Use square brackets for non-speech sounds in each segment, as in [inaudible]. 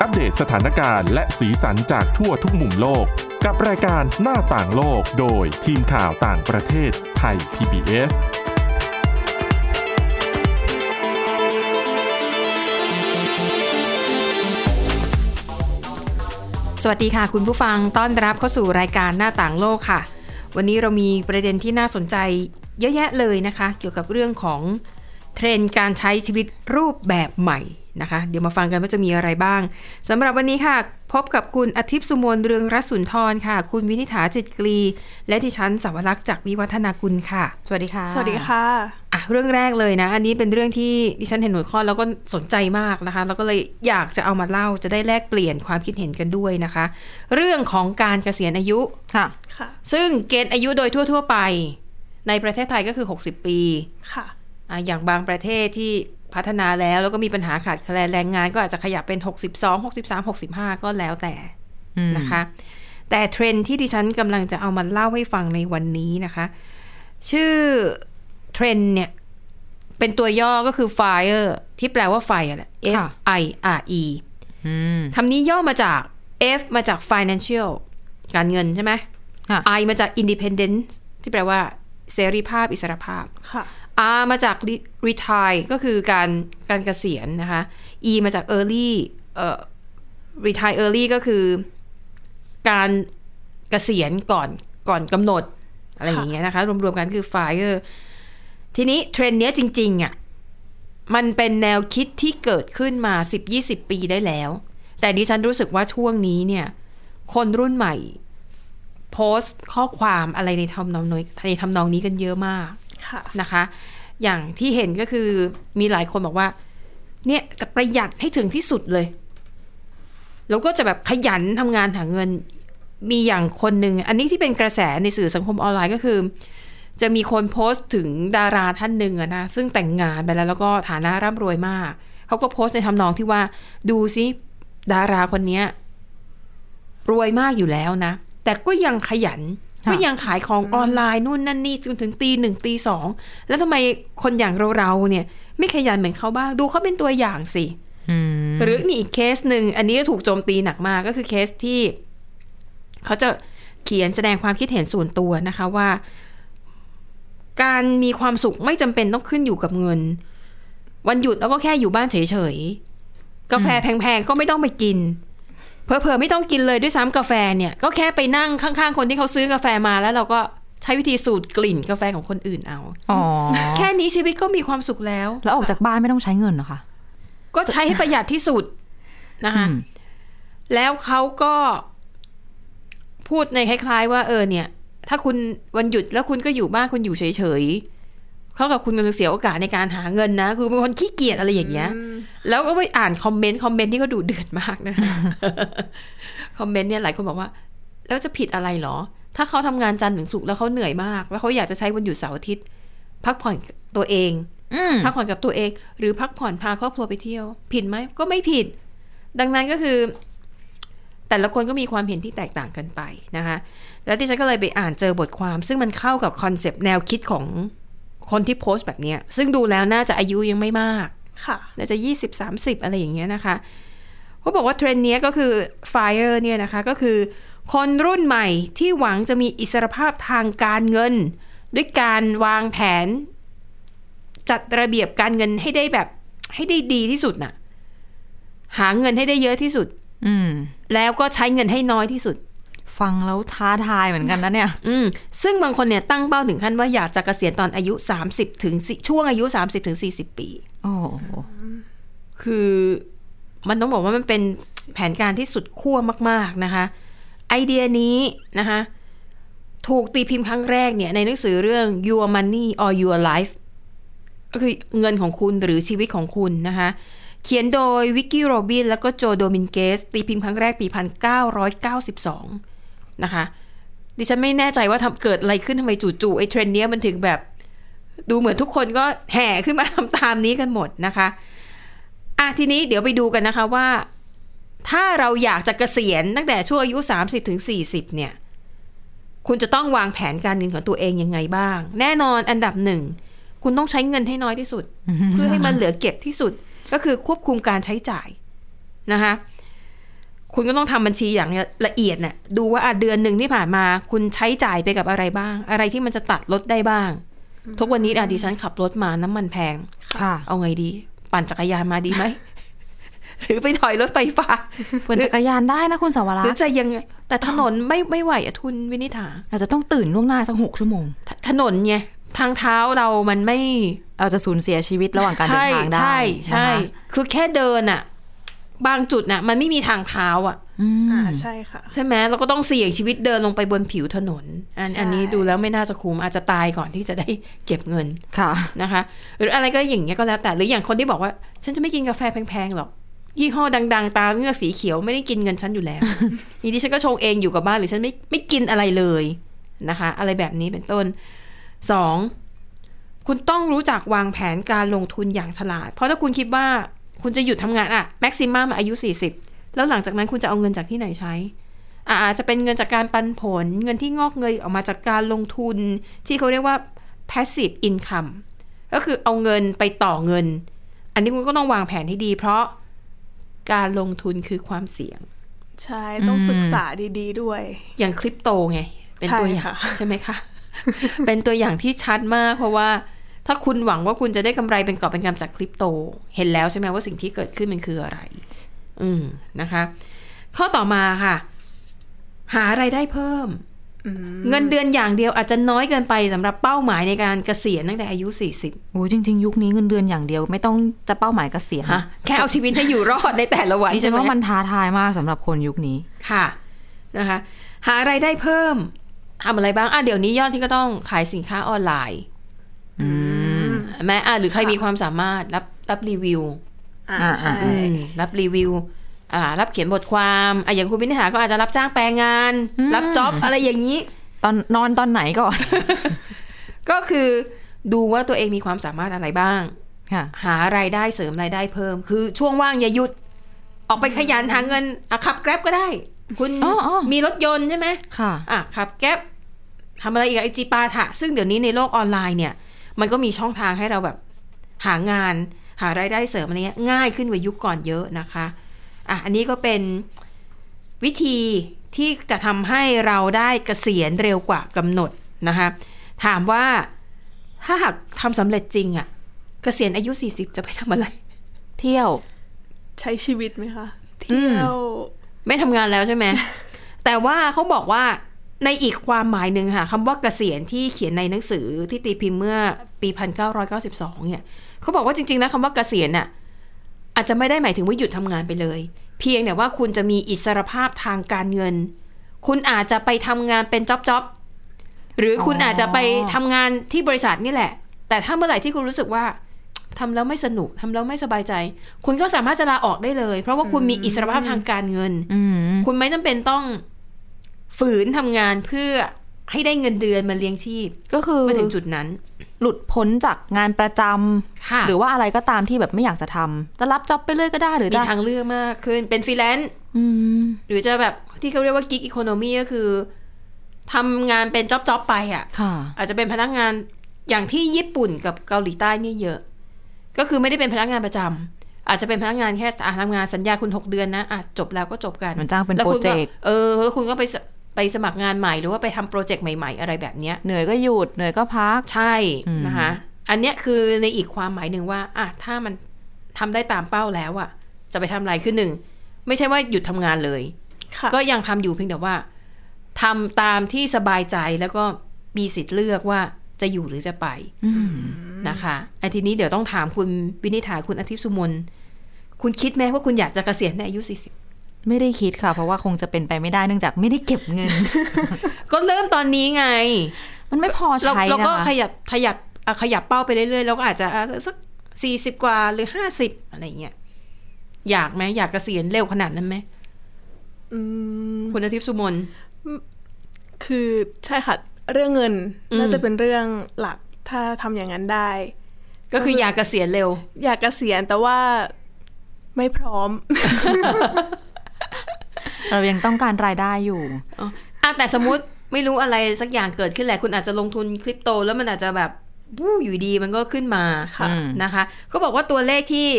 อัปเดตสถานการณ์และสีสันจากทั่วทุกมุมโลก กับรายการหน้าต่างโลกโดยทีมข่าวต่างประเทศไทย PBS สวัสดีค่ะ คุณผู้ฟังต้อนรับเข้าสู่รายการหน้าต่างโลกค่ะ วันนี้เรามีประเด็นที่น่าสนใจเยอะแยะเลยนะคะ เกี่ยวกับเรื่องของเทรนด์การใช้ชีวิตรูปแบบใหม่นะคะ เดี๋ยวมาฟังกันว่าจะมีอะไรบ้างสำหรับวันนี้ค่ะ พบกับคุณอาทิตย์สุมนเรืองรัศนทรค่ะ คุณวินิษฐาจิตกรี และดิฉันสาวรักษ์จากวิวัฒนาคุณค่ะ สวัสดีค่ะ สวัสดีค่ะ อ่ะเรื่องแรกเลยนะ อันนี้เป็นเรื่องที่ดิฉันเห็นหัวข้อแล้วก็สนใจมากนะคะ แล้วก็เลยอยากจะเอามาเล่าจะได้แลกเปลี่ยนความคิดเห็นกันด้วยนะคะ เรื่องของการเกษียณอายุ ค่ะ ค่ะ ซึ่งเกณฑ์อายุโดยทั่ว ๆ ไป ในประเทศไทยก็คือ 60 ปี ค่ะ อ่ะอย่างบางประเทศที่พัฒนาแล้วแล้วก็มีปัญหาขาดแคลนแรงงาน ก็อาจจะขยับเป็น 62 63 65 ก็แล้วแต่ นะคะ แต่เทรนด์ที่ดิฉันกำลังจะเอามาเล่าให้ฟังในวันนี้นะคะ ชื่อเทรนด์เนี่ย เป็นตัวย่อก็คือ fire ที่แปลว่าไฟอะแหละ F ค่ะ I R E อืม คำนี้ย่อมาจาก F มาจาก financial การเงินใช่ไหม ค่ะ I มาจาก independence ที่แปลว่าเสรีภาพอิสรภาพ ค่ะ R มาจาก re- retire ก็คือการการเกษียณนะคะ E มาจาก early เอ่อ retire early ก็คือการเกษียณก่อนก่อนกำหนด อะไรอย่างเงี้ยนะคะ รวมๆกันคือ fire ทีนี้เทรนด์เนี้ยจริง ๆอะ่ะมันเป็นแนวคิดที่เกิดขึ้นมา 10-20 ปีได้แล้ว แต่ดิฉันรู้สึกว่าช่วงนี้เนี่ย คนรุ่นใหม่ โพสต์ข้อความอะไรในทำนองนี้ในทำนองนี้กันเยอะมาก ค่ะ นะคะ อย่างที่เห็นก็คือมีหลายคนบอกว่า เนี่ยจะประหยัดให้ถึงที่สุดเลย แล้วก็จะแบบขยันทำงานหาเงิน มีอย่างคนหนึ่ง อันนี้ที่เป็นกระแสในสื่อสังคมออนไลน์ก็คือ จะมีคนโพสต์ถึงดาราท่านหนึ่งอะนะ ซึ่งแต่งงานไปแล้วแล้วก็ฐานะร่ำรวยมาก เขาก็โพสต์ในทำนองที่ว่า ดูสิดาราคนเนี้ย รวยมากอยู่แล้วนะ แต่ก็ยังขยัน ค่ะ ก็ยังขายของออนไลน์นู่นนั่นนี่จนถึงตีหนึ่งตีสอง แล้วทำไมคนอย่างเราเราๆเนี่ย ไม่ขยันเหมือนเขาบ้าง ดูเขาเป็นตัวอย่างสิ อืม หรือมีอีกเคสหนึ่งอันนี้ก็ถูกโจมตีหนักมากก็คือเคสที่ เขาจะเขียนแสดงความคิดเห็นส่วนตัวนะคะว่า การมีความสุขไม่จำเป็นต้องขึ้นอยู่กับเงิน วันหยุดเราก็แค่อยู่บ้านเฉยๆ กาแฟแพงๆ ก็ไม่ต้องไปกิน เพอเพอๆไม่ต้องกินเลยด้วยซ้ำกาแฟเนี่ย ก็แค่ไปนั่งข้างๆ คนที่เขาซื้อกาแฟมาแล้วเราก็ใช้วิธีสูดกลิ่นกาแฟของคนอื่นเอา อ๋อ แค่นี้ชีวิตก็มีความสุขแล้ว แล้วออกจากบ้านไม่ต้องใช้เงินเหรอคะ ก็ใช้ให้ประหยัดที่สุดนะคะ อืม แล้วเขาก็พูดในคล้ายๆ ว่าเออเนี่ย ถ้าคุณวันหยุดแล้วคุณก็อยู่บ้านคุณอยู่เฉยๆเขากับคุณกำลังเสียโอกาสในการหาเงินนะคือเป็นคนขี้เกียจอะไรอย่างเงี้ย แล้วก็ไปอ่านคอมเมนต์คอมเมนต์ที่เขาดูเดือดมากนะ [laughs] คอมเมนต์เนี่ยหลายคนบอกว่า แล้วจะผิดอะไรเหรอ ถ้าเขาทำงานจันทร์ถึงศุกร์แล้วเขาเหนื่อยมาก แล้วเขาอยากจะใช้วันหยุดเสาร์อาทิตย์ พักผ่อนตัวเอง อืม พักผ่อนกับตัวเอง หรือพักผ่อนพาครอบครัวไปเที่ยว ผิดไหมก็ไม่ผิด ดังนั้นก็คือ แต่ละคนก็มีความเห็นที่แตกต่างกันไปนะคะ แล้วที่ฉันก็เลยไปอ่านเจอบทความ ซึ่งมันเข้ากับคอนเซปต์แนวคิดของคนที่โพสต์แบบเนี้ย ซึ่งดูแล้วน่าจะอายุยังไม่มาก ค่ะ น่าจะยี่สิบสามสิบอะไรอย่างเงี้ยนะคะเขาบอกว่าเทรนด์เนี้ยก็คือ Fire เนี่ยนะคะ ก็คือ คนรุ่นใหม่ที่หวังจะมีอิสรภาพทางการเงิน ด้วยการวางแผน จัดระเบียบการเงินให้ได้แบบให้ได้ดีที่สุดน่ะ หาเงินให้ได้เยอะที่สุด อืม แล้วก็ใช้เงินให้น้อยที่สุด ฟังแล้วท้าทายเหมือนกันนะเนี่ย อืมซึ่งบางคนเนี่ยตั้งเป้าถึงขั้นว่าอยากจะเกษียณตอนอายุ 30 ถึงสิช่วงอายุ 30ถึง40 ปี โอ้โห คือมันต้องบอกว่ามันเป็นแผนการที่สุดขั้วมาก ๆ นะคะ ไอเดียนี้นะคะ ถูกตีพิมพ์ครั้งแรกเนี่ย ในหนังสือเรื่อง Your Money or Your Life ก็คือเงินของคุณหรือชีวิตของคุณนะคะ เขียนโดยวิกกี้โรบินแล้วก็โจโดมินเกส ตีพิมพ์ครั้งแรกปี 1992 นะคะ ดิฉันไม่แน่ใจว่าทำเกิดอะไรขึ้นทำไมจู่ๆไอ้เทรนด์เนี้ยมันถึงแบบ ดูเหมือนทุกคนก็แห่ขึ้นมาทำตามนี้กันหมดนะคะ อ่ะทีนี้เดี๋ยวไปดูกันนะคะว่า ถ้าเราอยากจะเกษียณตั้งแต่ช่วงอายุ 30ถึง40 เนี่ย คุณจะต้องวางแผนการเงินของตัวเองยังไงบ้าง แน่นอนอันดับหนึ่ง คุณต้องใช้เงินให้น้อยที่สุด เพื่อให้มันเหลือเก็บที่สุดก็คือควบคุมการใช้จ่ายนะคะ คุณก็ต้องทำบัญชีอย่างละเอียดเนี่ยดูว่าอ่ะเดือนหนึ่งที่ผ่านมา คุณใช้จ่ายไปกับอะไรบ้าง อะไรที่มันจะตัดลดได้บ้าง ทุกวันนี้อ่ะดิฉันขับรถมาน้ำมันแพง ค่ะ เอาไงดี ปั่นจักรยานมาดีไหม [laughs] หรือไปถอยรถไฟฟ้า เปิดจักรยานได้นะคุณสาว ห รั รือก ษ์ จะยังไง แต่ถนนไม่ไม่ไหวอะทุนวินิษฐา อาจจะต้องตื่นล่วงหน้าสักหกชั่วโมง ถถนนไงทางเท้าเรามันไม่ เราจะสูญเสียชีวิตระหว่างการเดิ ใช่ นทางได้ ใช่ใช่ นะคะ คือแค่เดินอะบางจุดน่ะ มันไม่มีทางเท้าอะ อืม อ่าใช่ค่ะ ใช่ไหมเราก็ต้องเสี่ยงชีวิตเดินลงไปบนผิวถนน อัน ใช่ อันนี้ดูแล้วไม่น่าจะคุ้มอาจจะตายก่อนที่จะได้เก็บเงิน ค่ะ นะคะ หรืออะไรก็อย่างเงี้ยก็แล้วแต่ หรืออย่างคนที่บอกว่า ฉันจะไม่กินกาแฟแพงๆหรอก ยี่ห้อดัง ๆ ตาเงือกสีเขียวไม่ได้กินเงินฉันอยู่แล้ว นี่ดิฉันก็ชงเองอยู่กับบ้านหรือฉันไม่ไม่กินอะไรเลยนะคะ อะไรแบบนี้เป็นต้นสองคุณต้องรู้จักวางแผนการลงทุนอย่างฉลาด เพราะถ้าคุณคิดว่าคุณจะหยุดทำงานอะแม็กซิมัมอายุ 40 แล้วหลังจากนั้นคุณจะเอาเงินจากที่ไหนใช้อ่ะอาจจะเป็นเงินจากการปันผล เงินที่งอกเงยออกมาจากการลงทุน ที่เขาเรียกว่า passive income ก็คือเอาเงินไปต่อเงิน อันนี้คุณก็ต้องวางแผนให้ดี เพราะการลงทุนคือความเสี่ยง ใช่ต้องศึกษาดีๆด้วย อย่างคริปโตไง เป็นตัวอย่างใช่ค่ะ ใช่ไหมคะ [laughs] เป็นตัวอย่างที่ชัดมาก เพราะว่าถ้าคุณหวังว่าคุณจะได้กำไรเป็นกอบเป็นกำจากคริปโต เห็นแล้วใช่ไหมว่าสิ่งที่เกิดขึ้นมันคืออะไร อืมนะคะ ข้อต่อมาค่ะ หาไรายได้เพิ่ม อืม เงินเดือนอย่างเดียวอาจจะน้อยเกินไปสำหรับเป้าหมายในการเกษียณตั้งแต่อายุ 40 โอ้ยจริง ๆ ยุคนี้เงินเดือนอย่างเดียวไม่ต้องจะเป้าหมายเกษียณ ฮะแค่เอาชีวิตให้อยู่รอดในแต่ละวัน ดิฉั ใช่ น ไหม ว่ามันท้าทายมากสำหรับคนยุคนี้ ค่ะนะคะ หาไรายได้เพิ่มทำอะไรบ้างอ่ะเดี๋ยวนี้ยอดที่ก็ต้องขายสินค้าออนไลน์แม้อ่ะหรือใครมีความสามารถรับรับรีวิว อ่า อ่า ใช่ อืมรับรีวิวอ่ารับเขียนบทความอ่ะอย่างคุณวินิหาก็อาจจะรับจ้างแปลงาน รับจ็อบอะไรอย่างนี้ ตอนนอนตอนไหนก่อน ก็คือดูว่าตัวเองมีความสามารถอะไรบ้าง ค่ะ หารายได้เสริมรายได้เพิ่ม คือช่วงว่างอย่าหยุด ออกไปขยันหาเงินอ่ะขับแกร็บก็ได้ คุณ อ๋ออ๋อ มีรถยนต์ใช่ไหม ค่ะ อ่ะครับแก๊ปทำอะไรอีกไอจีปาถะซึ่งเดี๋ยวนี้ในโลกออนไลน์เนี่ย มันก็มีช่องทางให้เราแบบ หางานหารายได้เสริมอะไรเงี้ยง่ายขึ้นกว่ายุคก่อนเยอะนะคะอ่ะอันนี้ก็เป็นวิธีที่จะทำให้เราได้เกษียณเร็วกว่ากำหนดนะคะถามว่าถ้าหากทำสำเร็จจริงอะเกษียณอายุ 40 จะไปทำอะไร เที่ยว ใช้ชีวิตไหมคะ อื เที่ ม ยว ไม่ทำงานแล้วใช่ไหม แต่ว่าเขาบอกว่าในอีกความหมายหนึ่งค่ะคำว่าเกษียณที่เขียนในหนังสือที่ตีพิมพ์เมื่อปี 1992 เนี่ยเขาบอกว่าจริงๆนะคำว่าเกษียณน่ะอาจจะไม่ได้หมายถึงว่าหยุดทำงานไปเลย เพียงแต่ว่าคุณจะมีอิสรภาพทางการเงิน คุณอาจจะไปทำงานเป็นจ็อบๆหรือคุณอาจจะไปทำงานที่บริษัทนี่แหละ แต่ถ้าเมื่อไหร่ที่คุณรู้สึกว่า ทำแล้วไม่สนุกทำแล้วไม่สบายใจ คุณก็สามารถจะลาออกได้เลย เพราะว่าคุณมีอิสรภาพทางการเงิน อืม คุณไม่จำเป็นต้องฝืนทำงานเพื่อให้ได้เงินเดือนมาเลี้ยงชีพ ก็คือ มาถึงจุดนั้น หลุดพ้นจากงานประจำ ค่ะ หรือว่าอะไรก็ตามที่แบบไม่อยากจะทำจะรับจ็อบไปเรื่อยก็ได้หรือ มี จะ ทางเลือกมากขึ้นเป็นฟรีแลนซ์ อืม หรือจะแบบที่เขาเรียกว่ากิ๊กอีโคโนมีก็คือทำงานเป็นจ็อบๆไปอ่ะ ค่ะ อาจจะเป็นพนักงานอย่างที่ญี่ปุ่นกับเกาหลีใต้เนี่ยเยอะ ก็คือไม่ได้เป็นพนักงานประจำอาจจะเป็นพนักงานแค่อ่ะทำงานสัญญาคุณ 6 เดือนนะอ่ะจบแล้วก็จบกัน เหมือนจ้างเป็น แล้วคุณ โปรเจกต์ เออแล้วคุณก็ไปสไปสมัครงานใหม่หรือว่าไปทำโปรเจกต์ใหม่ๆ อะไรแบบเนี้ย เหนื่อยก็หยุดเหนื่อยก็พัก ใช่ อืม นะคะอันเนี้ยคือในอีกความหมายหนึ่งว่าอ่ะถ้ามันทำได้ตามเป้าแล้วอ่ะ จะไปทำอะไรคือหนึ่งไม่ใช่ว่าหยุดทำงานเลย ค่ะ ก็ยังทำอยู่เพียงแต่ว่าทำตามที่สบายใจแล้วก็มีสิทธิ์เลือกว่าจะอยู่หรือจะไปนะคะไอ้ทีนี้เดี๋ยวต้องถามคุณวินิษฐาคุณอาทิตย์สุมนคุณคิดไหมว่าคุณอยากจะเกษียณในอายุ ไม่ได้คิดค่ะ เพราะว่าคงจะเป็นไปไม่ได้เนื่องจากไม่ได้เก็บเงิน 40 ก็เริ่มตอนนี้ไง มันไม่พอ เรา ใช้ เรา นะ ก็ข คะ ยับขยับอ่ะขยับเป้าไปเรื่อยๆ แล้วก็อาจจะอ่ะสักสี่สิบกว่าหรือห้าสิบอะไรเงี้ยอยากไหมอยากเกษียณเร็วขนาดนั้นไหม อืม คุณอาทิตย์สุมน คือใช่ค่ะ เรื่องเงิน อืม น่าจะเป็นเรื่องหลักถ้าทำอย่างนั้นได้ ก็คืออยากเกษียณเร็ว อยากเกษียณแต่ว่าไม่พร้อม เรายังต้องการรายได้อยู่ อ๋ออ่ะแต่สมมติ ไม่รู้อะไรสักอย่างเกิดขึ้นแหละ คุณอาจจะลงทุนคริปโต แล้วมันอาจจะแบบวู้อยู่ดีมันก็ขึ้นมา ค่ะ นะคะ ก็บอกว่าตัวเลขที่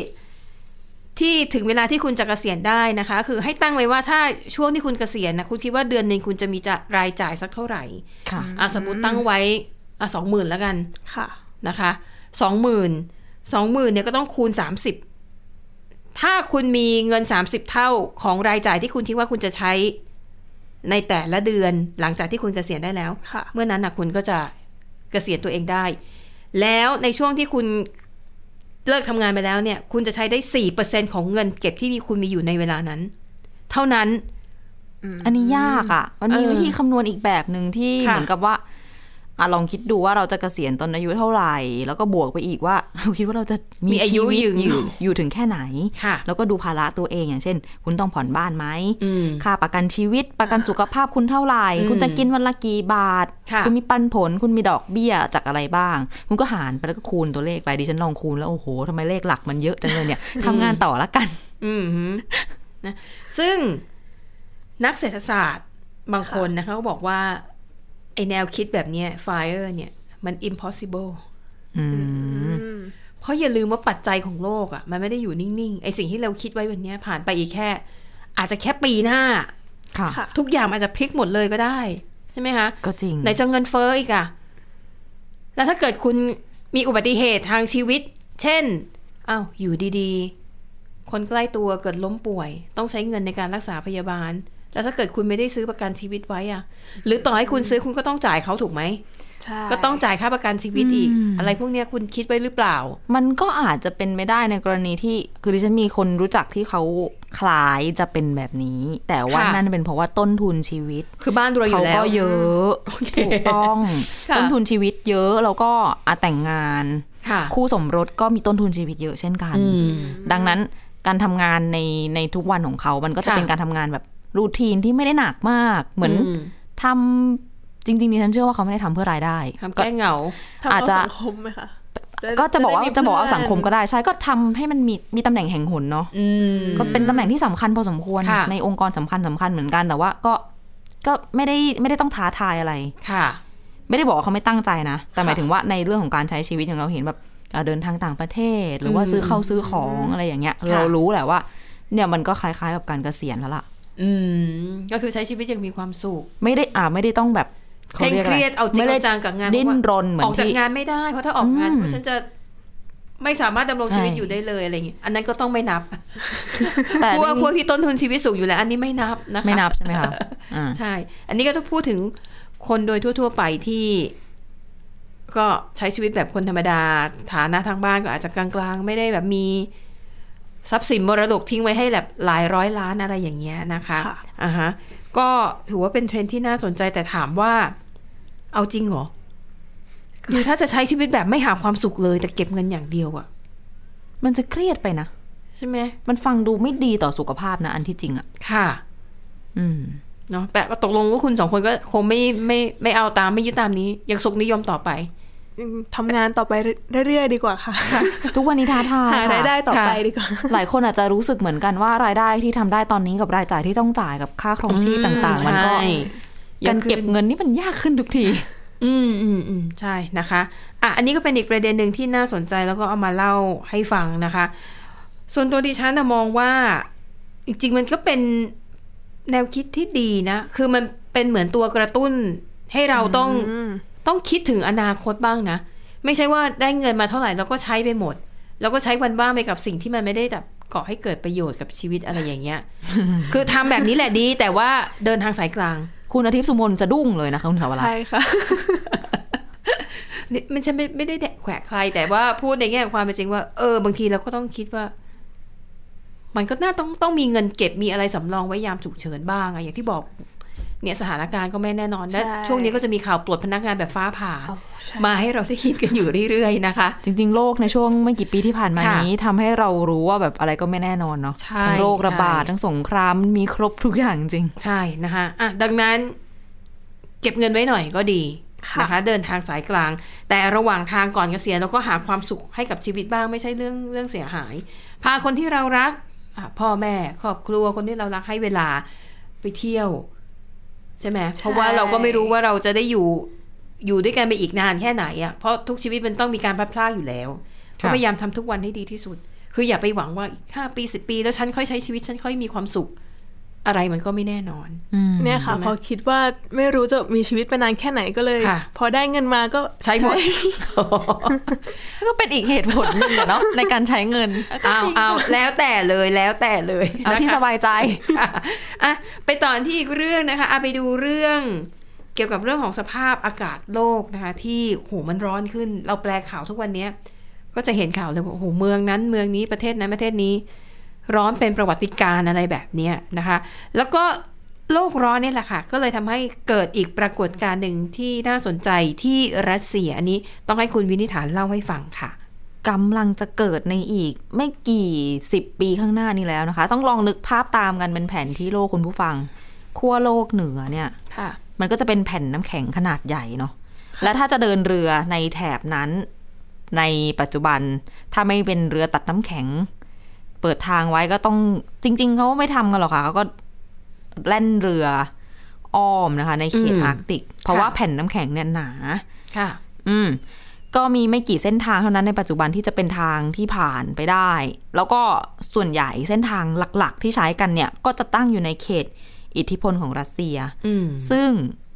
ที่ถึงเวลาที่คุณจะเกษียณได้นะคะ คือให้ตั้งไว้ว่าถ้าช่วงที่คุณเกษียณนะคุณคิดว่าเดือนหนึ่งคุณจะมีจะรายจ่ายสักเท่าไหร่ ค่ะ อ่ะสมมติตั้งไว้อ่ะสองหมื่นแล้วกัน ค่ะ นะคะสองหมื่นสองหมื่นเนี่ยก็ต้องคูณสามสิบถ้าคุณมีเงินสามสิบเท่าของรายจ่ายที่คุณคิดว่าคุณจะใช้ในแต่ละเดือนหลังจากที่คุณเกษียณได้แล้ว ค่ะ เมื่อนั้นนะคุณก็จะเกษียณตัวเองได้ แล้วในช่วงที่คุณเลิกทำงานไปแล้วเนี่ย คุณจะใช้ได้สี่เปอร์เซ็นของเงินเก็บที่มีคุณมีอยู่ในเวลานั้น เท่านั้น อันนี้ยากอ่ะ มันมี เออ วิธีคำนวณอีกแบบหนึ่งที่ ค่ะ เหมือนกับว่าอะลองคิดดูว่าเราจะเกษียณตอนอายุเท่าไหร่ แล้วก็บวกไปอีกว่า เราคิดว่าเราจะมีอายุยืนอยู่อยู่ถึงแค่ไหน ค่ะ แล้วก็ดูภาระตัวเองอย่างเช่น คุณต้องผ่อนบ้านไหม อืม ค่าประกันชีวิตประกันสุขภาพคุณเท่าไหร่ อืม คุณจะกินวันละกี่บาท ค่ะ ณมีปันผลคุณมีดอกเบี้ยจากอะไรบ้าง คุณก็หารไปแล้วก็คูณตัวเลขไปดิฉันลองคูณแล้วโอ้โหทำไมเลขหลักมันเยอะจังเลยเนี่ยทำงานต่อละกัน อื [laughs] มฮึนะซึ่งนักเศรษฐศาสตร์บางคนนะคะก็บอกว่า ไอแนวคิดแบบเนี้ย fire เนี่ย มัน impossible อืม เพราะอย่าลืมว่าปัจจัยของโลกอะ่ะ มันไม่ได้อยู่นิ่ง ๆ ไอสิ่งที่เราคิดไว้วันเนี้ยผ่านไปอีกแค่ อาจจะแค่ปีหน้า ค่ะ ค่ะ ทุกอย่างมันอาจจะพลิกหมดเลยก็ได้ ใช่ไหมคะ ก็จริง ไหนจะเงินเฟ้ออีกอะแล้วถ้าเกิดคุณมีอุบัติเหตุทางชีวิต เช่น อ้าวอยู่ดีๆ คนใกล้ตัวเกิดล้มป่วย ต้องใช้เงินในการรักษาพยาบาล แล้วถ้าเกิดคุณไม่ได้ซื้อประกันชีวิตไว้อะหรือต่อให้คุณซื้อคุณก็ต้องจ่ายเขาถูกไหม ใช่ ก็ต้องจ่ายค่าประกันชีวิตอีก อะไรพวกเนี้ยคุณคิดไว้หรือเปล่า มันก็อาจจะเป็นไม่ได้ในกรณีที่คือดิฉันมีคนรู้จักที่เขาคล้ายจะเป็นแบบนี้ แต่ว่า ค่ะ นั่นเป็นเพราะว่าต้นทุนชีวิต คือบ้านรวยอ เขา ยู่แล้ ก็ ว เยอะถูกต้อง ค่ะ ต้นทุนชีวิตเยอะแล้วก็อาแต่งงาน ค่ะ คู่สมรสก็มีต้นทุนชีวิตเยอะเช่นกัน อืม ดังนั้นการทำงานในในทุกวันของเขา มันก็จะ ค่ะ เป็นการทำงานแบบรูทีนที่ไม่ได้หนักมากเหมือน ม ทำจริงๆดิฉันเชื่อว่าเขาไม่ได้ทำเพื่อรายได้ ทำแก้เหงา ทำเอา อาจจะ สังคมไหมคะ ก็จะบอกว่า ได้มี จะบอกเอาสังคมก็ เพื่น ได้ใช่ก็ทำให้มันมีมีตำแหน่งแห่งหนเนาะ อืม ก็เป็นตำแหน่งที่สำคัญพอสมควร ค่ะ ในองค์กรสำคัญสำคัญเหมือนกันแต่ว่าก็ก็ไม่ได้ไม่ได้ต้องท้าทายอะไร ค่ะ ไม่ได้บอกว่าเขาไม่ตั้งใจนะ แต่หมาย ค่ะ ถึงว่าในเรื่องของการใช้ชีวิตอย่างเราเห็นแบบเอ่อเดินทางต่างประเทศ หรือว่า อืม ซื้อเข้าซื้อของอะไรอย่างเงี้ย ค่ะ เรารู้แหละว่า เนี่ยมันก็คล้ายๆกับการเกษียณแล้วล่ะ อืม ก็คือใช้ชีวิตอย่างมีความสุข ไม่ได้อ่าไม่ได้ต้องแบบ เคร่ง รีกะ เค ไ รียดเอาจริง ไม่ได้ เอาจังกับงาน ดิ้น พาะว่าร นเหมือ อน อกจาก ที่ งานไม่ได้ เพราะถ้าออกงาน อืม เพราะฉันจะไม่สามารถดำรง ใช่ ชีวิตอยู่ได้เลยอะไรอย่างเงี้ยอันนั้นก็ต้องไม่นับ แต่ พวก นี่ พวกที่ต้นทุนชีวิตสูงอยู่แล้ว อันนี้ไม่นับนะคะ ไม่นับใช่ไหมคะอ่า ใช่ อันนี้ก็ต้องพูดถึงคนโดยทั่ว ๆ ไปที่ ก็ใช้ชีวิตแบบคนธรรมดา ฐานะทางบ้านก็อาจจะกลางๆ ไม่ได้แบบมีทรัพย์สินมรดกทิ้งไว้ให้แบบหลายร้อยล้านอะไรอย่างเงี้ยนะคะ ค่ะ อ่าฮะก็ถือว่าเป็นเทรนด์ที่น่าสนใจแต่ถามว่า เอาจริงเหรอ คือถ้าจะใช้ชีวิตแบบไม่หาความสุขเลยแต่เก็บเงินอย่างเดียวอะ มันจะเครียดไปนะ ใช่ไหม มันฟังดูไม่ดีต่อสุขภาพนะ อันที่จริงอ่ะ ค่ะ อืม เนาะแปลว่าตกลงว่าคุณสองคนก็คงไม่ไม่ไม่เอาตามไม่ยึดตามนี้ ยังสุขนิยมต่อไป อืมทำงานต่อไปเรื่อยๆดีกว่าค่ะ [laughs] ทุกวันนี้ท้าทาย หาราย ค่ะ ได้ต่อไป ค่ะ ดีกว่า หลายคนอาจจะรู้สึกเหมือนกันว่ารายได้ที่ทำได้ตอนนี้กับรายจ่ายที่ต้องจ่ายกับค่าครองชีพต่าง ๆ มันก็ ใช่ การเก็บเงินนี่มันยากขึ้นทุกที อืมอืมอืมใช่นะคะอ่ะอันนี้ก็เป็นอีกประเด็นหนึ่งที่น่าสนใจแล้วก็เอามาเล่าให้ฟังนะคะ ส่วนตัวดิฉันนะมองว่า จริงๆมันก็เป็นแนวคิดที่ดีนะ คือมันเป็นเหมือนตัวกระตุ้นให้เราต้องต้องคิดถึงอนาคตบ้างนะ ไม่ใช่ว่าได้เงินมาเท่าไหร่เราก็ใช้ไปหมด แล้วก็ใช้วันว่างไปกับสิ่งที่มันไม่ได้แบบก่อให้เกิดประโยชน์กับชีวิตอะไรอย่างเงี้ย คือทำแบบนี้แหละดี แต่ว่าเดินทางสายกลาง คุณอาทิตย์สุมนจะดุ้งเลยนะคะคุณสาวรัต ใช่ น์ ค่ะ [laughs] นี่มันฉันไม่ไม่ได้แดะแขวะใคร แต่ว่าพูดในแง่ของความเป็นจริงว่าเออบางทีเราก็ต้องคิดว่า มันก็น่าต้องต้องมีเงินเก็บมีอะไรสำรองไว้ยามฉุกเฉินบ้างอะอย่างที่บอก เนี่ยสถานการณ์ก็ไม่แน่นอนและ ใช่ ช่วงนี้ก็จะมีข่าวปลดพนักงานแบบฟ้าผ่า ใช่ มาให้เราได้ยินกันอยู่เรื่อยๆนะคะ จริง ๆ โลกในช่วงไม่กี่ปีที่ผ่านมา ค่ะ นี้ทำให้เรารู้ว่าแบบอะไรก็ไม่แน่นอนเนาะ ใช่ ทั้งโรคระบาด ใช่ ทั้งสงครามมีครบทุกอย่างจริง ใช่นะคะอ่ะดังนั้น เก็บเงินไว้หน่อยก็ดี ค่ะ นะคะ เดินทางสายกลาง แต่ระหว่างทางก่อนเกษียณเราก็หาความสุขให้กับชีวิตบ้างไม่ใช่เรื่องเรื่องเสียหาย พาคนที่เรารักอ่ะพ่อแม่ครอบครัวคนที่เรารักให้เวลาไปเที่ยว ใช่ไหมเพราะว่าเราก็ไม่รู้ว่าเราจะได้อยู่อยู่ด้วยกันไปอีกนานแค่ไหนอ่ะเพราะทุกชีวิตมันต้องมีการพลัดพรากอยู่แล้ว ก็ ค่ะ พยายามทำทุกวันให้ดีที่สุด คืออย่าไปหวังว่าอีกห้าปีสิบปี แล้วฉันค่อยใช้ชีวิตฉันค่อยมีความสุข อะไรมันก็ไม่แน่นอน อืม เนี่ยค่ะ พอคิดว่าไม่รู้จะมีชีวิตไปนานแค่ไหนก็เลย ค่ะ พอได้เงินมาก็ ใช้หมด ก็เป็นอีกเหตุผลหนึ่งอะ [laughs] เนาะ ในการใช้เงิน เอาเอาแล้วแต่เลยแล้วแต่เลย เอาที่ นะคะ สบายใจ ค่ะ [laughs] อ่ะไปต่อที่อีกเรื่องนะคะอ่ะไปดูเรื่องเกี่ยวกับเรื่องของสภาพอากาศโลกนะคะ ที่โหมันร้อนขึ้น เราแปลข่าวทุกวันเนี้ย ก็จะเห็นข่าวเลยว่าโอ้โหเมืองนั้นเมืองนี้ประเทศนั้นประเทศนี้ ร้อนเป็นประวัติการณ์อะไรแบบเนี้ยนะคะ แล้วก็โลกร้อนเนี่ยแหละค่ะ ก็เลยทำให้เกิดอีกปรากฏการณ์หนึ่งที่น่าสนใจที่รัสเซียอันนี้ต้องให้คุณวินิฐานเล่าให้ฟังค่ะ กำลังจะเกิดในอีกไม่กี่สิบปีข้างหน้านี้แล้วนะคะ ต้องลองนึกภาพตามกันเป็นแผนที่โลกคุณผู้ฟัง ขั้วโลกเหนือเนี่ย ค่ะ มันก็จะเป็นแผ่นน้ำแข็งขนาดใหญ่เนาะ และถ้าจะเดินเรือในแถบนั้น ในปัจจุบัน ถ้าไม่เป็นเรือตัดน้ำแข็ง เปิดทางไว้ก็ต้องจริง ๆเขาไม่ทำกันหรอกค่ะเขาก็แล่นเรืออ้อมนะคะ ในเขต อืม อาร์กติก เพราะว่า ค่ะ แผ่นน้ำแข็งเนี่ยหนา ค่ะ อืม ก็มีไม่กี่เส้นทางเท่านั้นในปัจจุบันที่จะเป็นทางที่ผ่านไปได้ แล้วก็ส่วนใหญ่เส้นทางหลักๆ ที่ใช้กันเนี่ย ก็จะตั้งอยู่ในเขตอิทธิพลของรัสเซีย อืม ซึ่ง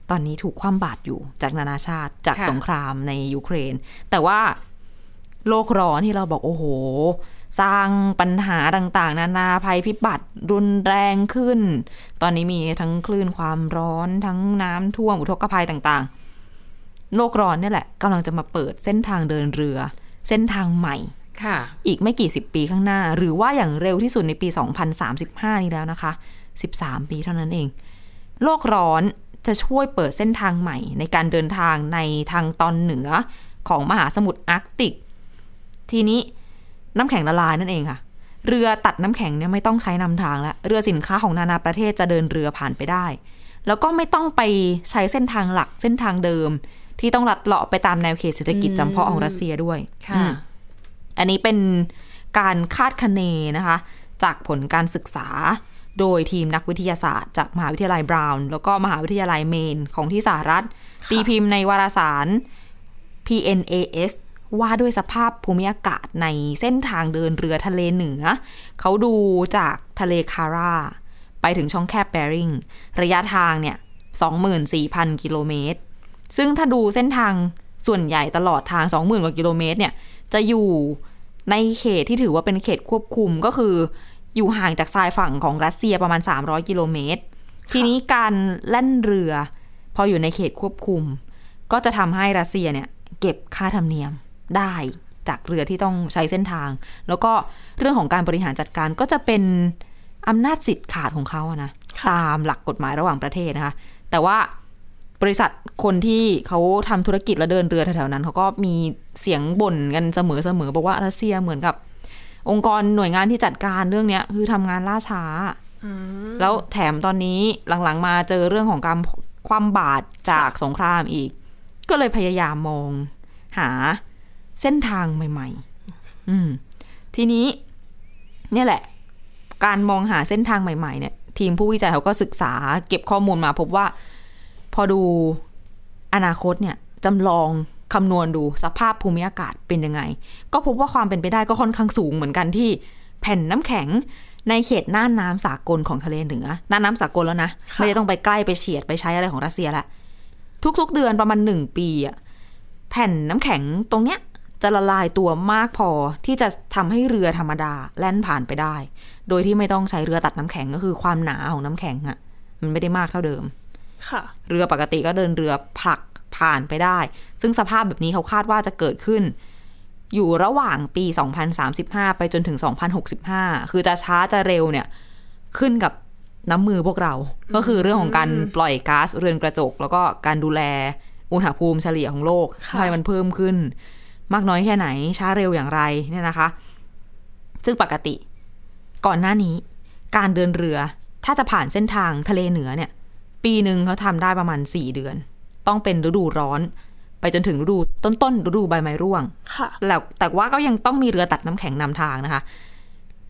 ตอนนี้ถูกคว่ำบาตรอยู่จากนานาชาติจาก ค่ะ สงครามในยูเครน แต่ว่าโลกร้อนที่เราบอกโอ้โห สร้างปัญหาต่างๆ นานาภัยพิบัติรุนแรงขึ้น ตอนนี้มีทั้งคลื่นความร้อนทั้งน้ำท่วมอุทกภัยต่างๆ โลกร้อนเนี่ยแหละกำลังจะมาเปิดเส้นทางเดินเรือ เส้นทางใหม่ ค่ะ อีกไม่กี่สิบปีข้างหน้า หรือว่าอย่างเร็วที่สุดในปี 2035 นี้แล้วนะคะ 13 ปีเท่านั้นเอง โลกร้อนจะช่วยเปิดเส้นทางใหม่ ในการเดินทางในทางตอนเหนือของมหาสมุทรอาร์กติก ทีนี้น้ำแข็งละลายนั่นเองค่ะ เรือตัดน้ำแข็งเนี่ยไม่ต้องใช้นำทางแล้วเรือสินค้าของนานาประเทศจะเดินเรือผ่านไปได้ แล้วก็ไม่ต้องไปใช้เส้นทางหลักเส้นทางเดิม ที่ต้องลัดเลาะไปตามแนวเขตเศรษฐกิจจำเพาะของรัสเซียด้วยอื ค่ะ ม อันนี้เป็นการคาดคะเนนะคะ จากผลการศึกษา โดยทีมนักวิทยาศาสตร์ จากมหาวิทยาลัยบราวน์ แล้วก็มหาวิทยาลัยเมนของที่สหรัฐ ตีพิมพ์ในวารสาร PNAS ว่าด้วยสภาพภูมิอากาศในเส้นทางเดินเรือทะเลเหนือ เขาดูจากทะเลคาร่า ไปถึงช่องแคบแบริง ระยะทางเนี่ย 24,000 กิโลเมตร ซึ่งถ้าดูเส้นทางส่วนใหญ่ตลอดทาง 20,000 กว่ากิโลเมตรเนี่ย จะอยู่ในเขตที่ถือว่าเป็นเขตควบคุมก็คือ อยู่ห่างจากชายฝั่งของรัสเซียประมาณ 300 กิโลเมตร ทีนี้การแล่นเรือ พออยู่ในเขตควบคุม ก็จะทำให้รัสเซียเนี่ยเก็บค่าธรรมเนียมได้จากเรือที่ต้องใช้เส้นทาง แล้วก็เรื่องของการบริหารจัดการก็จะเป็นอำนาจสิทธิ์ขาดของเขาอะนะตามหลักกฎหมายระหว่างประเทศนะคะ แต่ว่าบริษัทคนที่เขาทำธุรกิจและเดินเรือแถวๆนั้นเขาก็มีเสียงบ่นกันเสมอๆบอกว่ารัสเซียเหมือนกับ องค์กรหน่วยงานที่จัดการเรื่องเนี้ยคือทำงานล่าช้า แล้วแถมตอนนี้หลังๆ มาเจอเรื่องของการความบาดจากสงครามอีก ก็เลยพยายามมอง หาเส้นทางใหม่ๆ อืม ทีนี้ เนี่ยแหละ การมองหาเส้นทางใหม่ ๆ เนี่ย ทีมผู้วิจัยเขาก็ศึกษา เก็บข้อมูลมาพบว่า พอดูอนาคตเนี่ยจำลองคำนวณดูสภาพภูมิอากาศเป็นยังไง ก็พบว่าความเป็นไปได้ก็ค่อนข้างสูงเหมือนกันที่แผ่นน้ำแข็งในเขตน่านน้ำสากลของทะเลเหนือน่านน้ำสากลแล้วนะ ไม่ได้ต้องไปใกล้ไปเฉียดไปใช้อะไรของรัสเซียละ ทุกๆเดือนประมาณหนึ่งปีอะแผ่นน้ำแข็งตรงเนี้ยจะละลายตัวมากพอที่จะทำให้เรือธรรมดาแล่นผ่านไปได้ โดยที่ไม่ต้องใช้เรือตัดน้ำแข็งก็คือความหนาของน้ำแข็งอะมันไม่ได้มากเท่าเดิม ค่ะ เรือปกติก็เดินเรือผลักผ่านไปได้ ซึ่งสภาพแบบนี้เขาคาดว่าจะเกิดขึ้น อยู่ระหว่างปี 2035 ไปจนถึง 2065 คือจะช้าจะเร็วเนี่ยขึ้นกับน้ำมือพวกเรา ก็คือเรื่องของการปล่อยก๊าซเรือนกระจก แล้วก็การดูแลอุณหภูมิเฉลี่ยของโลก ค่ะ ให้มันเพิ่มขึ้น มากน้อยแค่ไหน ช้าเร็วอย่างไรเนี่ยนะคะ ซึ่งปกติ ก่อนหน้านี้ การเดินเรือ ถ้าจะผ่านเส้นทางทะเลเหนือเนี่ย ปีหนึ่งเขาทำได้ประมาณ 4 เดือน ต้องเป็นฤดูร้อน ไปจนถึงฤดูต้นต้นๆฤดูใบไม้ร่วง ค่ะ แล้วแต่ว่าก็ยังต้องมีเรือตัดน้ำแข็งนำทางนะคะ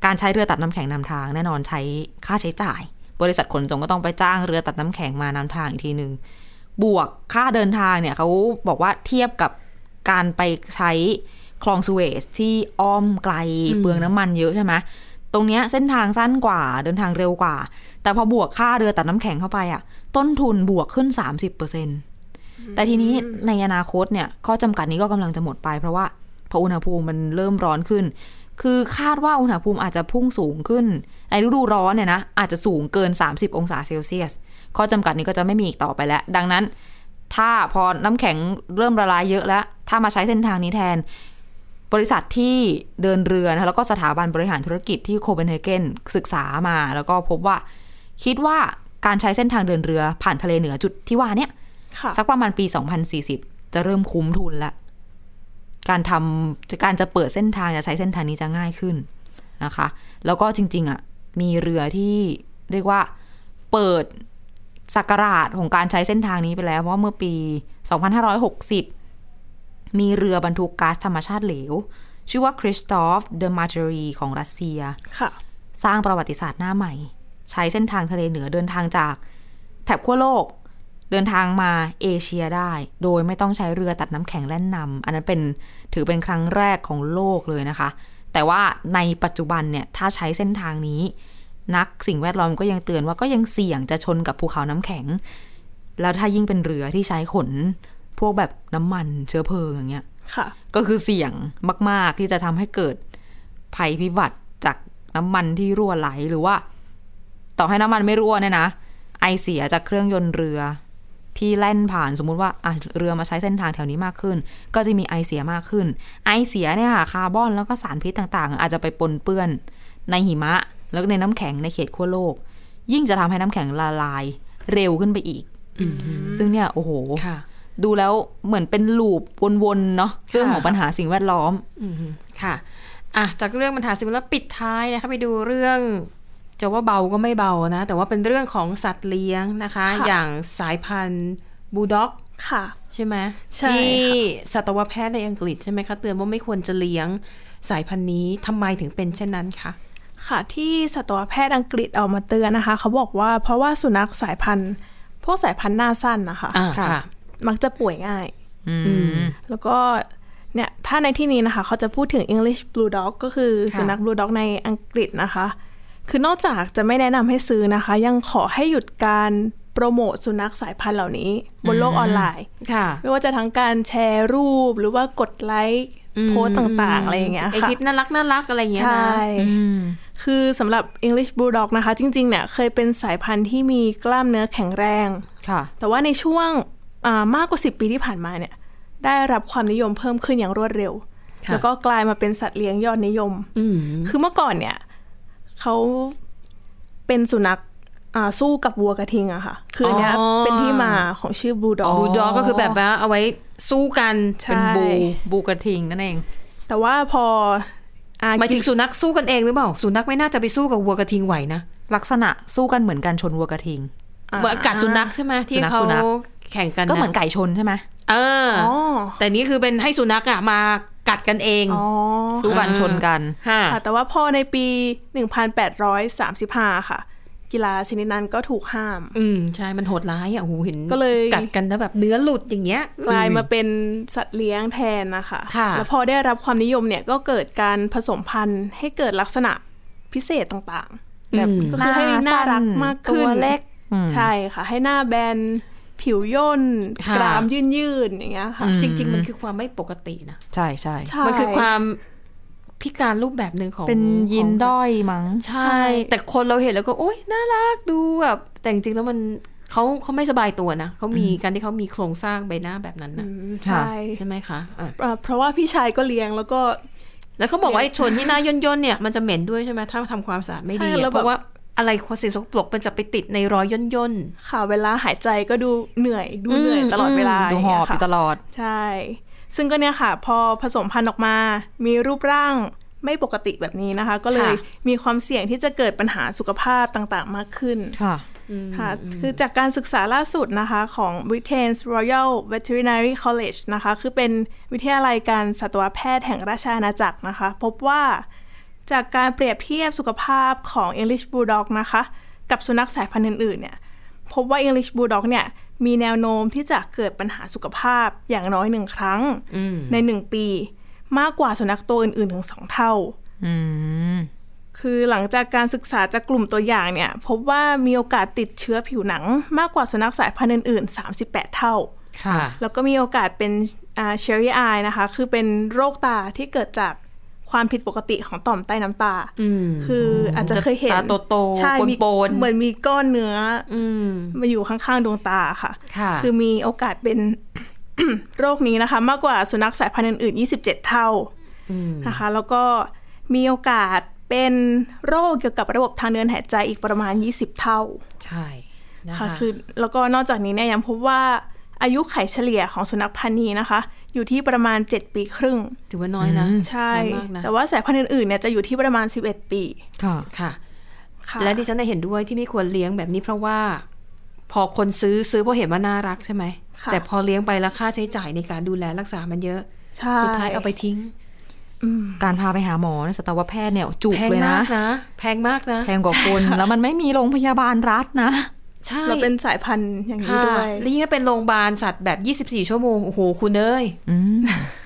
การใช้เรือตัดน้ำแข็งนำทางแน่นอนใช้ค่าใช้จ่าย บริษัทขนส่งก็ต้องไปจ้างเรือตัดน้ำแข็งมานำทางอีกทีหนึ่งบวกค่าเดินทางเนี่ยเขาบอกว่าเทียบกับการไปใช้ คลองสุเอซที่อ้อมไกลเปลืองน้ำมันเยอะใช่ไหมตรงเนี้ยเส้นทางสั้นกว่าเดินทางเร็วกว่า แต่พอบวกค่าเรือตัดน้ำแข็งเข้าไปอ่ะ ต้นทุนบวกขึ้น 30%แต่ทีนี้ในอนาคตเนี่ยข้อจำกัดนี้ก็กำลังจะหมดไป เพราะว่าพออุณหภูมิมันเริ่มร้อนขึ้น คือคาดว่าอุณหภูมิอาจจะพุ่งสูงขึ้น ในฤดูร้อนเนี่ยนะอาจจะสูงเกิน 30 องศาเซลเซียส ข้อจำกัดนี้ก็จะไม่มีอีกต่อไปแล้ว ดังนั้น ถ้าพอน้ำแข็งเริ่มละลายเยอะแล้ว ถ้ามาใช้เส้นทางนี้แทน บริษัทที่เดินเรือนะคะแล้วก็สถาบันบริหารธุรกิจที่โคเปนเฮเกนศึกษามา แล้วก็พบว่า คิดว่าการใช้เส้นทางเดินเรือผ่านทะเลเหนือจุดที่ว่าเนี่ย ค่ะ สักประมาณปี 2040 จะเริ่มคุ้มทุนละ การทำการจะเปิดเส้นทางจะใช้เส้นทางนี้จะง่ายขึ้นนะคะ แล้วก็จริง ๆ อ่ะ มีเรือที่เรียกว่าเปิดสักราชของการใช้เส้นทางนี้ไปแล้ว เพราะว่าเมื่อปี 2560 มีเรือบรรทุกก๊าซธรรมชาติเหลว ชื่อว่าคริสตอฟเดอมาเจรีของรัสเซีย ค่ะ สร้างประวัติศาสตร์หน้าใหม่ ใช้เส้นทางทะเลเหนือเดินทางจาก แถบขั้วโลก เดินทางมาเอเชียได้ โดยไม่ต้องใช้เรือตัดน้ำแข็งแล่นนำอันนั้นเป็นถือเป็นครั้งแรกของโลกเลยนะคะ แต่ว่าในปัจจุบันเนี่ยถ้าใช้เส้นทางนี้ นักสิ่งแวดล้อมก็ยังเตือนว่าก็ยังเสี่ยงจะชนกับภูเขาน้ำแข็ง แล้วถ้ายิ่งเป็นเรือที่ใช้ขน พวกแบบน้ำมันเชื้อเพลิงอย่างเงี้ย ค่ะ ก็คือเสี่ยงมาก ๆ ที่จะทำให้เกิดภัยพิบัติจากน้ำมันที่รั่วไหลหรือว่า ต่อให้น้ำมันไม่รั่วเนี่ยนะ ไอเสียจากเครื่องยนต์เรือ ที่แล่นผ่านสมมุติว่าอ่ะเรือมาใช้เส้นทางแถวนี้มากขึ้น ก็จะมีไอเสียมากขึ้น ไอเสียเนี่ยค่ะคาร์บอนแล้วก็สารพิษต่างๆ อาจจะไปปนเปื้อน ในหิมะ แล้วก็ในน้ำแข็งในเขตขั้วโลก ยิ่งจะทำให้น้ำแข็งละลายเร็วขึ้นไปอีก ซึ่งเนี่ยโอ้โห ค่ะ ดูแล้วเหมือนเป็นลูปวนๆเนาะเรื่องของปัญหาสิ่งแวดล้อม อืมค่ะอ่ะ จากเรื่องปัญหาสิ่งแวดล้อมปิดท้ายนะคะไปดูเรื่องจะว่าเบาก็ไม่เบานะ แต่ว่าเป็นเรื่องของสัตว์เลี้ยงนะคะ ค่ะ อย่างสายพันธุ์บูลด็อก ค่ะ ใช่ไหม ใช่ค่ะ ที่สัตวแพทย์ในอังกฤษใช่ไหมคะ เตือนว่าไม่ควรจะเลี้ยงสายพันธุ์นี้ทำไมถึงเป็นเช่นนั้นคะ ค่ะที่สัตวแพทย์อังกฤษออกมาเตือนนะคะ เขาบอกว่าเพราะว่าสุนัขสายพันธุ์พวกสายพันธุ์หน้าสั้นนะคะ อ่า ค่ะ ค่ะ มักจะป่วยง่าย แล้วก็เนี่ยถ้าในที่นี้นะคะ เขาจะพูดถึง English Blue Dog ก็คือ ค่ะ สุนัข Blue Dog ในอังกฤษนะคะ คือนอกจากจะไม่แนะนำให้ซื้อนะคะ ยังขอให้หยุดการโปรโมทสุนัขสายพันธุ์เหล่านี้ บนโลกออนไลน์ ค่ะ ไม่ว่าจะทั้งการแชร์รูปหรือว่ากดไลค์โพสต์ต่างๆ อะไรอย่างเงี้ย ไอ ค่ะ คลิปน่ารักน่ารักอะไรอย่างเงี้ย ใช่ นะ คือสำหรับ English Bulldog นะคะ จริง ๆ เนี่ยเคยเป็นสายพันธุ์ที่มีกล้ามเนื้อแข็งแรง ค่ะ แต่ว่าในช่วงอ่ามากกว่า 10 ปีที่ผ่านมาเนี่ย ได้รับความนิยมเพิ่มขึ้นอย่างรวดเร็ว ค่ะ แล้วก็กลายมาเป็นสัตว์เลี้ยงยอดนิยม อืม คือเมื่อก่อนเนี่ยเขาเป็นสุนัขอ่าสู้กับวัวกระทิงอะค่ะ คืออันเนี้ยเป็นที่มาของชื่อบูลด็อก บูลด็อกก็คือแบบว่าเอาไว้สู้กัน ใช่ เป็นบูบูกระทิงนั่นเอง แต่ว่าพออ่า หมายถึงสุนัขสู้กันเองหรือเปล่า สุนัขไม่น่าจะไปสู้กับวัวกระทิงไหวนะ ลักษณะสู้กันเหมือนกันชนวัวกระทิง อ่า เหมือนกัดสุนัขใช่ไหมที่ สุนัข เขา สุนัข แข่งกันะ ก็เหมือนไก่ชนใช่ไหม เออ อ๋อ แต่นี่คือเป็นให้สุนัขอะมากัดกันเอง อ๋อ สู้กันชนกัน ค่ะ ค่ะแต่ว่าพอในปี 1835 ค่ะ กีฬาชนิดนั้นก็ถูกห้าม อืมใช่มันโหดร้ายอ่ะโอ้โหเห็น ก็เลย กัดกันแล้วแบบเนื้อหลุดอย่างเงี้ย กลายมาเป็นสัตว์เลี้ยงแทนนะคะ ค่ะ แล้วพอได้รับความนิยมเนี่ยก็เกิดการผสมพันธุ์ให้เกิดลักษณะพิเศษต่าง แบบ ๆ ก็คือให้หน่ารักมากขึ้น ตัวเล็กอืม ใช่ค่ะ ให้หน้าแบน ผิวย่น ค่ะ กรามยื่นยืดๆอย่างเงี้ยค่ะ จริง ๆ มันคือความไม่ปกตินะ ใช่ใช่ ใช่ มันคือความพิการรูปแบบหนึ่งของ เป็นยิน ของ ด้อยมั้ง ใช่ แต่คนเราเห็นแล้วก็โอ๊ยน่ารักดูแบบแต่จริงๆแล้วมันเขาเขาไม่สบายตัวนะเขามีการที่เขามีโครงสร้างใบหน้าแบบนั้น อื นะ มใช่ ใช่ไหมคะอ่ะ เอ่อเพราะว่าพี่ชายก็เลี้ยงแล้วก็ แล้วเขาบอกว่าไอ้ชนที่หน้าย่นย่นๆเนี่ยมันจะเหม็นด้วยใช่ไหมถ้าทำความสะอาดไม่ดี ใช่แล้ อะ ว เพ แบบ ราะว่าอะไรความสิ่งสกปรกมันจะไปติดในรอยย่นย่น ค่ะเวลาหายใจก็ดูเหนื่อย ดูเหนื่อย อืม ตลอดเวลา ดู ย่าง หอ เงี้ย บอ ค่ะ ยู่ตลอด ใช่ ซึ่งก็เนี่ยค่ะ พอผสมพันธุ์ออกมา มีรูปร่างไม่ปกติแบบนี้นะคะ ก็เลยมีความเสี่ยงที่จะเกิดปัญหาสุขภาพต่างๆ มากขึ้น ค่ะ ค่ะ คือจากการศึกษาล่าสุดนะคะของ Britain's Royal Veterinary College นะคะ คือเป็นวิทยาลัยการสัตวแพทย์แห่งราชอาณาจักรนะคะ พบว่าจากการเปรียบเทียบสุขภาพของ English Bulldog นะคะ กับสุนัขสายพันธุ์อื่นๆเนี่ย พบว่า English Bulldog เนี่ยมีแนวโน้มที่จะเกิดปัญหาสุขภาพอย่างน้อยหนึ่งครั้ง ในหนึ่งปี มากกว่าสุนัขตัวอื่น ๆ ถึงสองเท่า อืม คือหลังจากการศึกษาจากกลุ่มตัวอย่างเนี่ย พบว่ามีโอกาสติดเชื้อผิวหนัง มากกว่าสุนัขสายพันธุ์อื่น ๆ 38 เท่า ค่ะ แล้วก็มีโอกาสเป็นเชอรี่อายนะคะ คือเป็นโรคตาที่เกิดจากความผิดปกติของต่อมใต้น้ำตา อืม คืออาจจะเคยเห็น ตาโตๆ ใช่มี โปนๆ เหมือนมีก้อนเนื้อ อืม มาอยู่ข้างๆดวงตาค่ะ ค่ะ คือมีโอกาสเป็น [coughs] โรคนี้นะคะ มากกว่าสุนัขสายพันธุ์อื่นๆ 27 เท่า อืม นะคะ แล้วก็มีโอกาสเป็นโรคเกี่ยวกับระบบทางเดินหายใจอีกประมาณ 20 เท่า ใช่นะ ค่ะ คะ คือแล้วก็นอกจากนี้เนี่ยยังพบว่าอายุไขเฉลี่ยของสุนัขพันธุ์นี้นะคะ อยู่ที่ประมาณ 7 ปีครึ่ง ถือว่าน้อยนะ ใช่ น้อยมากนะ แต่ว่าสายพันธุ์อื่นๆเนี่ยจะอยู่ที่ประมาณ 11 ปี ค่ะ ค่ะ ค่ะ และดิฉันได้เห็นด้วยที่ไม่ควรเลี้ยงแบบนี้เพราะว่า พอคนซื้อซื้อเพราะเห็นว่าน่ารักใช่ไหม ค่ะ แต่พอเลี้ยงไปแล้วค่าใช้จ่ายในการดูแลรักษามันเยอะ ใช่ สุดท้ายเอาไปทิ้ง การพาไปหาหมอเนี่ยสัตวแพทย์เนี่ยจุก แพง เลย มา นะ กนะ แพงมากนะ แพงกว่าคน แล้วมันไม่มีโรงพยาบาลรัฐนะ ใช่ เราเป็นสายพันธุ์อย่างนี้ ค่ะ ด้วย แล้วยิ่งถ้าเป็นโรงพยาบาลสัตว์แบบ 24 ชั่วโมง โอ้โห คุณเอ้ย อืม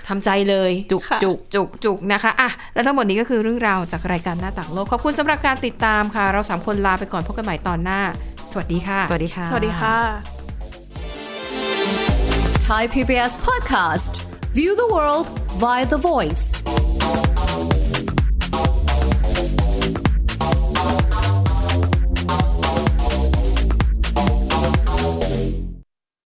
ทำใจเลย จุก ค่ะ จุก จุกจุกนะคะ อ่ะ และทั้งหมดนี้ก็คือเรื่องราวจากรายการหน้าต่างโลก ขอบคุณสำหรับการติดตามค่ะ เราสามคนลาไปก่อนพบกันใหม่ตอนหน้า สวัสดีค่ะ สวัสดีค่ะ สวัสดีค่ะ Thai PBS podcast. View the world via the voice.